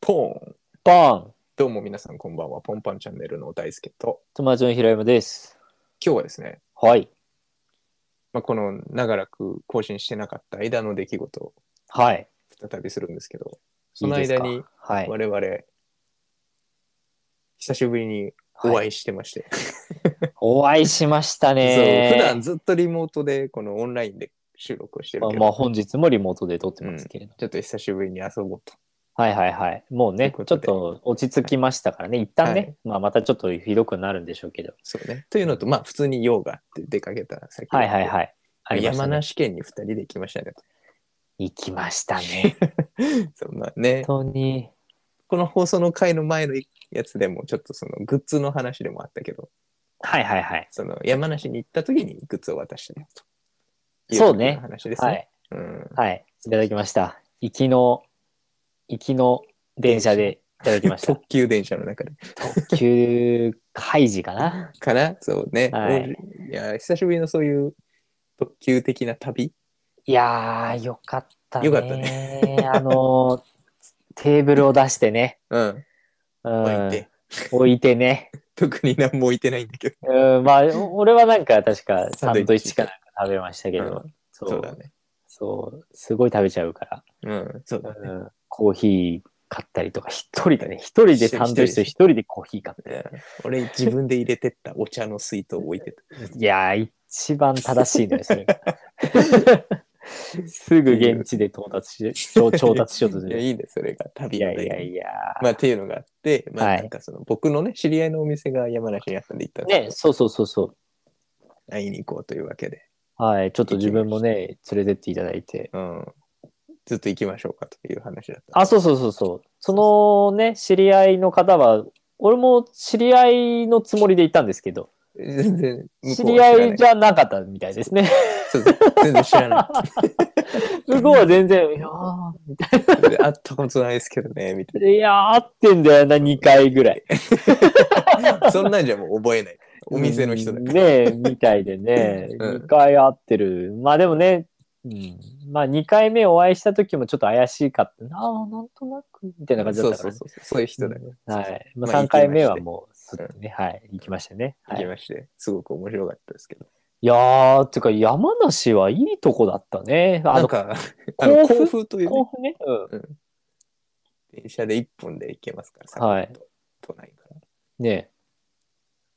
ポーンポンどうも皆さんこんばんは、ポンパンチャンネルの大輔と、友達の平山です。今日はですね、はい。まあ、この長らく更新してなかった間の出来事をはい。再びするんですけど、そのいいで間すかにはい。我々、久しぶりにお会いしてまして、お会いしましたね。そう普段ずっとリモートでこのオンラインで収録をしてるけど、まあ、まあ、本日もリモートで撮ってますけれど。ちょっと久しぶりに遊ぼうと。はいはいはい。もうといね、うこちとょっでと落ち着きましたからね。一旦ね、はいまあ、またちょっとひどくなるんでしょうけど。そうね、というのと、まあ普通に用があって出かけた先はいはいはい。ありました山ね梨県に2人で行きましたね。行きまし たね。そんなね、本当に。この放送の回の前のやつでもちょっとそのグッズの話でもあったけどはいはいはい。その山梨に行った時にグッズを渡したよとそういねうよな話ですね、はうい。ん、はい。いただきました。行きの、行きの電車でいただき ました。特急電車の中で特急開示かな。かなそうね、はいいや久しぶりのそういう特急的な旅いやー、よかったね。よかったね。 あのー、テーブルを出してね。うん、うん置いて置いてね。特に何も置いてないんだけどうん、まあ、お俺はなんか確かサンサドイッチンドイッチかなんか食べましたけど、うそそううだねそう、すごい食べちゃうかうんそうだら、ねうん、コーヒー買ったりとか、一人でね、一人でサンドイッチと一人でコーヒー買って。うん俺自分で入れてったお茶の水筒を置いて たいやー、一番正しいのよ、それ が。すぐ現地で到達し、調調達しようとすいやる。いいねそれが旅いのや醍醐味いやいや。 まあ、っていうのがあって、まあ、はいなんかその、僕のね、知り合いのお店が山梨にあったんで行ったんですけね、そうそうそうそう。ど会いに行こうというわけで、はい、ちょっと自分もね、連れてっていただいて。うん。ずっと行きましょうかという話だった。あ、そうそうそうそう。そのね、知り合いの方は、俺も知り合いのつもりでいたんですけど、全然、知り合いじゃゃなかったみたいで すね。そうそう全然知らな向こうは全然、いやーみたいい。で会ったことないですけどね、みたいな。いやー合ってんだよな、2回ぐらい。な。そんなんじゃもう覚えない。 お店の人だうんから。ねえ、みたいでね、 うん2回会ってる。まあでもね、うん、まあ2回目お会いした時もちょっと怪しいかったな、あなんとなく、みたいな感じだそっうたかそらうね、そう。そういう人だから。はい。ままああ3回目はもう、すてっとね、はい、行きましたね。は行いきまして、すごく面白かったですけど。いやー、てか山梨はいいとこだったね。あなんの、か、あの甲府甲府というね甲府ね。う電車で1本で行けますから、はいサクッと都内から。ん。ね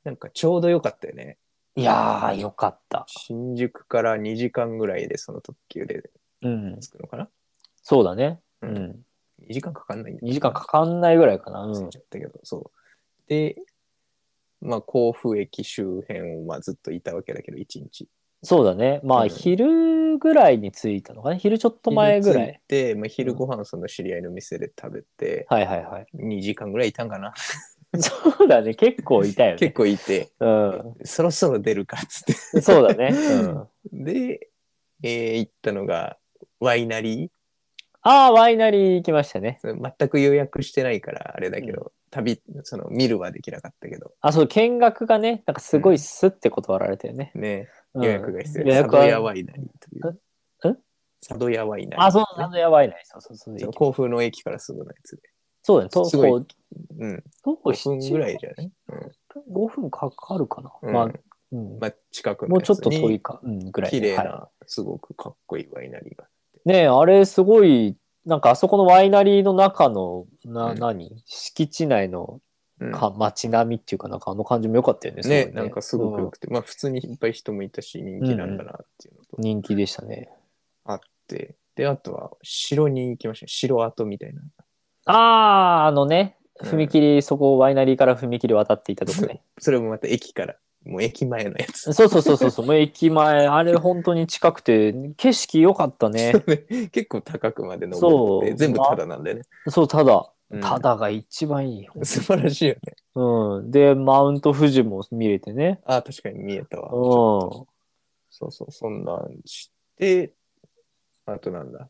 なんかちょうど良かったよね。いやー、よかった。新宿から2時間ぐらいでその特急でうん。着くのかな、そうだね。う。うん ?2 時間かかんないんだ2時間かかんないぐらいかな。う忘んれち。ゃったけど、そう。で、まあ、甲府駅周辺をまあずっといたわけだけど、1日。そうだね。まうあ、ん昼ぐらいに着いたのかな。昼ちょっと前ぐら昼着い。て、まあ、昼ご飯その知り合いの店で食べて、はいはいはい。 2時間ぐらいいたんかな。そうだね。結構いたよ 結ね。構いて、うそろそろ出るかっつって。ん。そうだね。うん。で、えー行ったのが、ワイナリー。あー、ワイナリー行きましたね。それ全く予約してないから、あれだけど、旅、その、見るはできなかったけど、あ、そう、見学がね、なんかすごいスッて断られたよね。ね、うん予約が必要予です。佐約渡屋は。ワイナリーといんう。佐渡屋ワイナリー。あ、そう、なんだ、やばいね。そうそうそう。そう甲府の駅からすぐのやつで。そうだね。とすごいこううん。徒歩5 7分ぐらいじゃない、 5分かかるかな、うん、まあ、まあ、うん近くのもうやつちょにっと遠いか、うん、ぐらいね、綺麗な、はすごくかっこいいワイナリーが。いねえあれすごいなんかあそこのワイナリーの中のな、うん何敷地内のうんか、街並みっていうかなんかあの感じも良かったよねすごいね、なんかすごく良くて、まあ普通にいっぱい人もいたし人気なんだなっていうのとうん人気でしたねあって、で、あとは城に行きましたね。城跡みたいな。あああのね踏切、そこワイナリーから踏切渡っていたとこ ねそれもまた駅から、もう駅前のやつ。そうそうそうそうそうもう駅前あれ本当に近くて景色良かった ね結構高くまで登っそうて、全部タダなんだよね。そうただ、うんただが一番いいよ素晴らしいよね。うん。で、マウント富士も見れてね。ああ、確かに見えたわ。ちうょっとん。そうそう、そんなんして、あとなんだ。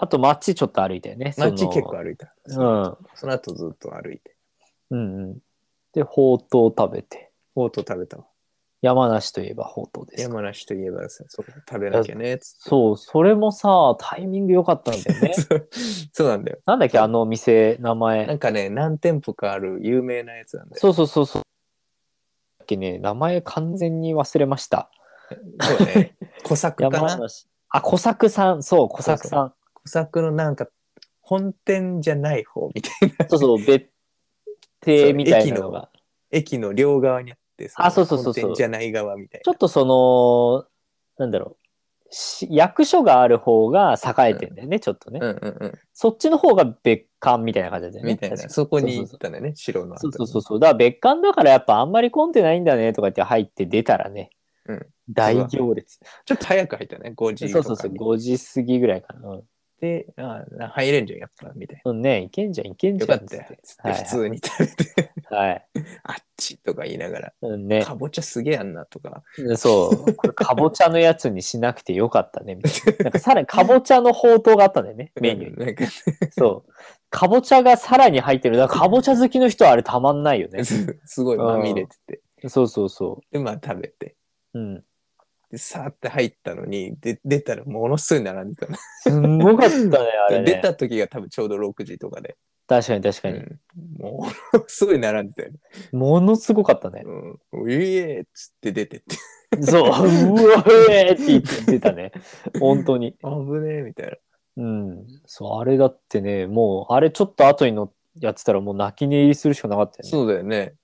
あと、街ちょっと歩いたよね。その街結構歩いた。その後ずっと歩いて。うん。うんうん。で、ほうとう食べて。ほうとう食べたわ。山梨といえばほうとうですか山梨といえばですね、そう食べなきゃねっつって。そう、それもさ、タイミング良かったんだよ ねそうそうなんだよ。なんだっけ、あのお店、名な前。んかね、何店舗かある有名なやつなんだよ。そうそうそうそう。だっけね、名前完全に忘れました。そう ね。小作か山な梨。あ、小作さん、そう、小作さん。小作のなんか、本店じゃない方みたいな。そうそう、別邸みたいなのが。駅の両側にあって、あそうそうそうそう本店じゃない側みたいちょな。っとその、なんだろう。し役所がある方が栄えてんだよね、ちょっとね、うんうんそっちの方が別館みたいな感じだったうよん。ね。みたい確な。かそこにそ行うっそうたんだよね、白の後そうに。そうそうそう。だから別館だからやっぱあんまり混んでないんだねとか言って入って出たらね。うん大行列。ちょっと早く入ったね、5時そうとそうかそう。に5時過ぎぐらいかな。うんで、あ入れんじゃん、やっぱ、みたいうん。ねいけんじゃん、いけんな。じよゃかんったよ。つってはいはい普通に食べて、 はい。あっちとか言いながら、うんね。かぼちゃすげえあんなとか、そう。これかぼちゃのやつにしなくてよかったね。みた いな。なんかさらにかぼちゃの宝刀があったんだよね、メニューに。なんか、そう。かぼちゃがさらに入ってる。だからかぼちゃ好きの人はあれたまんないよ ね。すごいまみれてて。そうそうそで、まあ食べて。う。うん。で、さーって入ったのに、で出たらものすごい並んでたの。すんごかったね、あ れ、でね。出た時が多分ちょうど6時とかで。確かに確かうに。ん、もう、すごい並んでたよね。ものすごか ったね。うん。うえーっつって出てって、そう。うわうえーって言ってたね。本当に。あぶねえみたいな。うん。そう、あれだってね、もう、あれちょっと後にのやってたらもう泣き寝入りするしかなかったよね。そうだよね。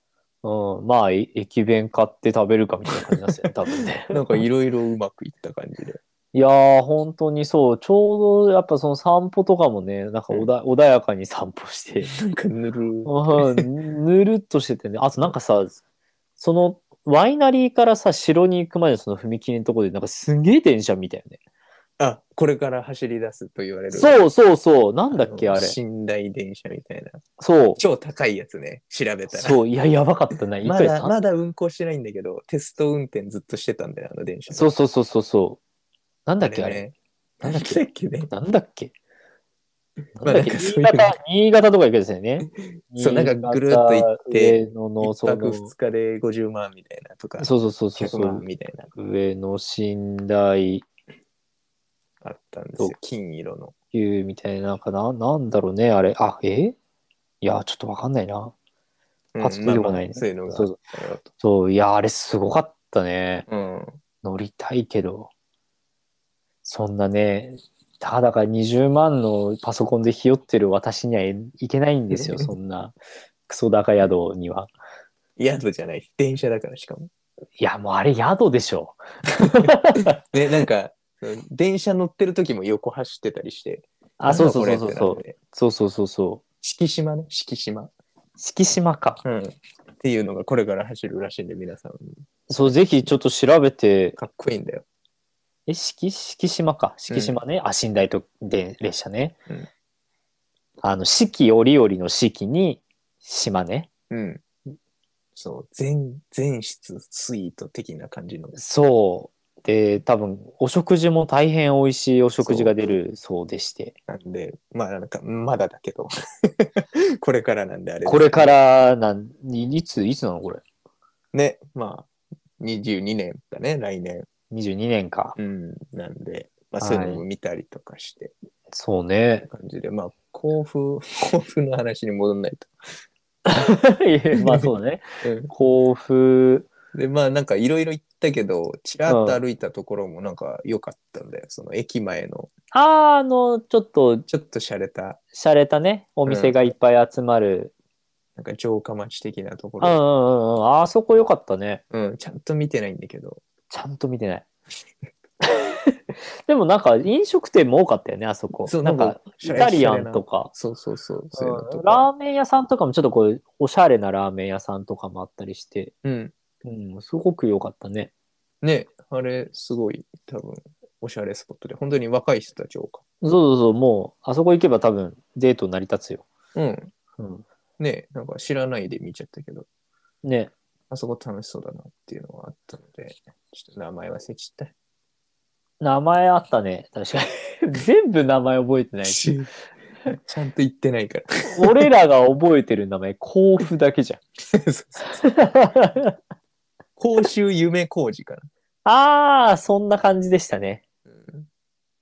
うん。まあ、い駅弁買って食べるかみたいな感じなんですよね、 多分ね。なんかいろいろうまくいった感じで。いやー、本当にそう。ちょうどやっぱその散歩とかもね、なんかおだ、穏やかに散歩して。なんかぬるーうんぬるっとしててね。あとなんかさ、そのワイナリーからさ、城に行くまでのその踏切のとこで、なんかすげえ電車見たよね。あ、これから走り出すと言われる。そうそうそう。なんだっけ、あれ。寝台電車みたいな。そう。超高いやつね、調べたら。そう。いや、やばかったな。一ま回だ、さ、まだ運行してないんだけど、テスト運転ずっとしてたんだよ、あの電車。そうそうそうそうそう。なんだっけ、ああれ。れね。ななんんだだっっけけね。なんだっけ。まなあんだっけなんかそういうの新潟、新潟とか行くんですよね。 そうなんかぐるっと行って新潟上野の、一そ泊の、二日で50万みたいなとか、そうそうそうそうそ100万う。みたいな、上野寝台あったんですそうよ。金色の。球みたいな、なんかな、なんだろうね、あれ。あ、えいや、ちょっとわかんないな。うパッと出てこないまあまあねそういうのが。そうそうそう、いや、あれすごかったね。うん。乗りたいけど。そんなね、たかだか20万のパソコンでひよってる私にはいけないん ですよ、そんな。クソ高宿には。宿じゃない。電車だからしかも。いや、もうあれ宿でしょ。ね、なんか、その電車乗ってる時も横走ってたりして。あ、そうそうそうそうなんだこれそっうて。なってそうそうそうそう。敷島ね、敷島。敷島か。うん。っていうのがこれから走るらしいんで、皆さん。そう、ぜひちょっと調べて、かっこいいんだよ。え、敷、敷島か。敷島ね。あ、寝台とで列車ね。うんあの、四季折々の四季に島ね。うん。そう、全、全室スイート的な感じの。そう。で、多分、お食事も大変美味しいお食事が出るそうでして。なんで、まあなんか、まだだけど。 これからなんであれですこれか。らなん、いいつ、いつなのこれ。ね、まあ、22年だね、来年。 22年か。うん。なんで、まあはいそういうのも見たりとかして、そう ね。感じで、まあ、甲府、 甲府の話に戻んないまあそうね。と。甲府、で、まあなんかいろいろ行ったけど、ちらっと歩いたところもなんか良かったんだよ。その駅前の、あーあの、ちょっと、ちょっと洒落た、洒落たね、お店がいっぱい集まる。なんか城下町的なとこうんうろ。んうんうん。あそこ良かったね。うん、ちゃんと見てないんだけど。ちゃんと見てない。 でもなんか飲食店も多かったよね、あそこ。そうなんなんかかイタリアンとか。そうそうそう。そういうのうとんラか。ーメン屋さんとかもちょっとこう、おしゃれなラーメン屋さんとかもあったりして、うん。うん、すごく良かったね。ね、あれ、すごい、多分、おしゃれスポットで、本当に若い人たち多かっそうそうそう、もう、あそこ行けば多分デート成り立つよ。た。うん。うん、ね、なんか知らないで見ちゃったけど、ね、あそこ楽しそうだなっていうのがあったので、ちょっと名前忘れちゃっ名前あったね、確か に。全部名前覚えてなた。いし。 ちゃんと言ってないから。 俺らが覚えてる名前、甲府だけじゃん。そうそうそう公衆夢工事かな。ああ、そんな感じでしたね。うん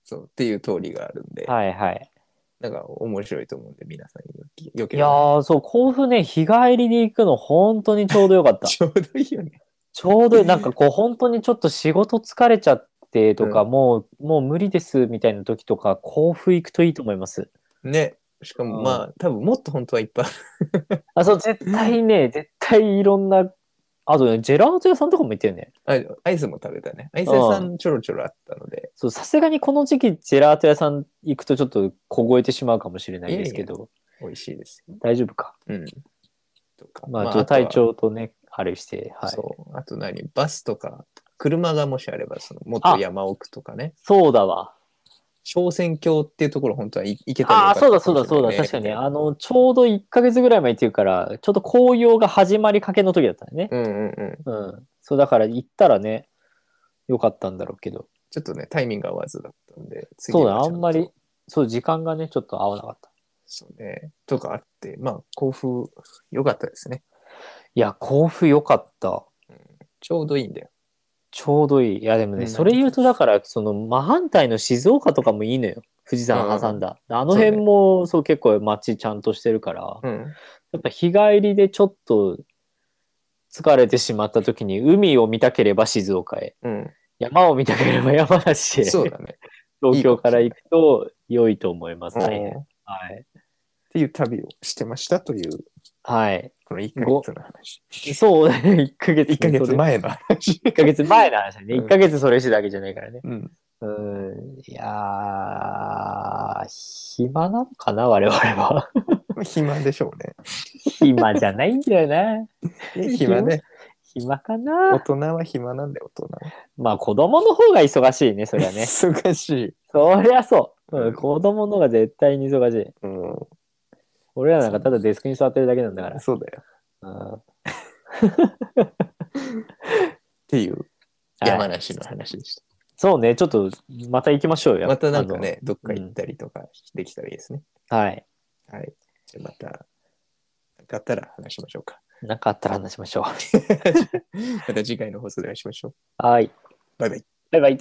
そうっていう通りがあるんで、はいはい。なんか面白いと思うんで、皆さんよきよけれいやばー、そう、甲府ね、日帰りで行くの本当にちょうどよかっ た。ちょうどいいよね。ちょうどいい、なんかこう、本当にちょっと仕事疲れちゃってとか、うもう、もう無理ですみたいな時とか、甲府行くといいと思います。ね。しかもまあ、多分もっと本当はいっぱいある。あ、そう、絶対ね、絶対いろんな、あとね、ジェラート屋さんとかも行ってるね。あアイスも食べたね。アイス屋さんちょろちょろあったので。そう、さすがにこの時期、ジェラート屋さん行くとちょっと凍えてしまうかもしれないですけど、美味しいですよ。大丈夫か。うん。とか。まあ、あちょっと体とは調とね、あれして、はい。そうそう。あと何バスとか、車がもしあれば、その、もっと山奥とかね。だわ。小仙峡っていうところ、本当は行行けたらあよあ、かったそうだかそうだもしれないねそうだ、確かにね。あの、ちょうど1ヶ月ぐらい前行ってるから、ちょっと紅葉が始まりかけの時だったね。うんうんうん。うん。そう、だから行ったらね、よかったんだろうけど。ちょっとね、タイミングが合わずだったんで、次そうだ、はちあゃとんまり。、そう、時間がね、ちょっと合わなかった。そうね。とかあって、まあ、甲府、良かったですね。いや、甲府良かった。ちょうどいいんだよ。ちょうどいい。いや、でもね、うんそれ言うと、だから、その、真反対の静岡とかもいいのよ。富士山挟んだ。あの辺も、そう、結構街ちゃんとしてるから、うん。やっぱ日帰りでちょっと、疲れてしまった時に、海を見たければ静岡へ、 うん。山を見たければ山梨へ、そうだね。東京から行くと良いと思いまうすんね。っはい。ていう旅をしてましたという、はい。この1ヶ月の話。そうだね、1ヶ月1ヶ月前の話。 1ヶ月前の話だね。うん1ヶ月それしてだけじゃないからね。 うん。うん。いやー、暇なのかな、我々は。暇でしょうね。暇じゃないんだよな。暇ね。暇か大な。人は暇なんだよ、大人は。まあ、子供の方が忙しいね、そりゃね。 忙しい。そりゃそう。うん、子供の方が絶対に忙しい。うん。俺らなんかただデスクに座ってるだけなんだから。そうだよ。っうんていうは山い梨の話でしそうね、ちょっと、また行きましょうた。よ。またなんかね、どっか行ったりとかできたらいいですね。あの。はい。はい。じゃあまた、なんかあったら話しましょうか。なんかあったら話し ましょう。また次回の放送でお会いしましょう。はい。バイバイ。バイバイ。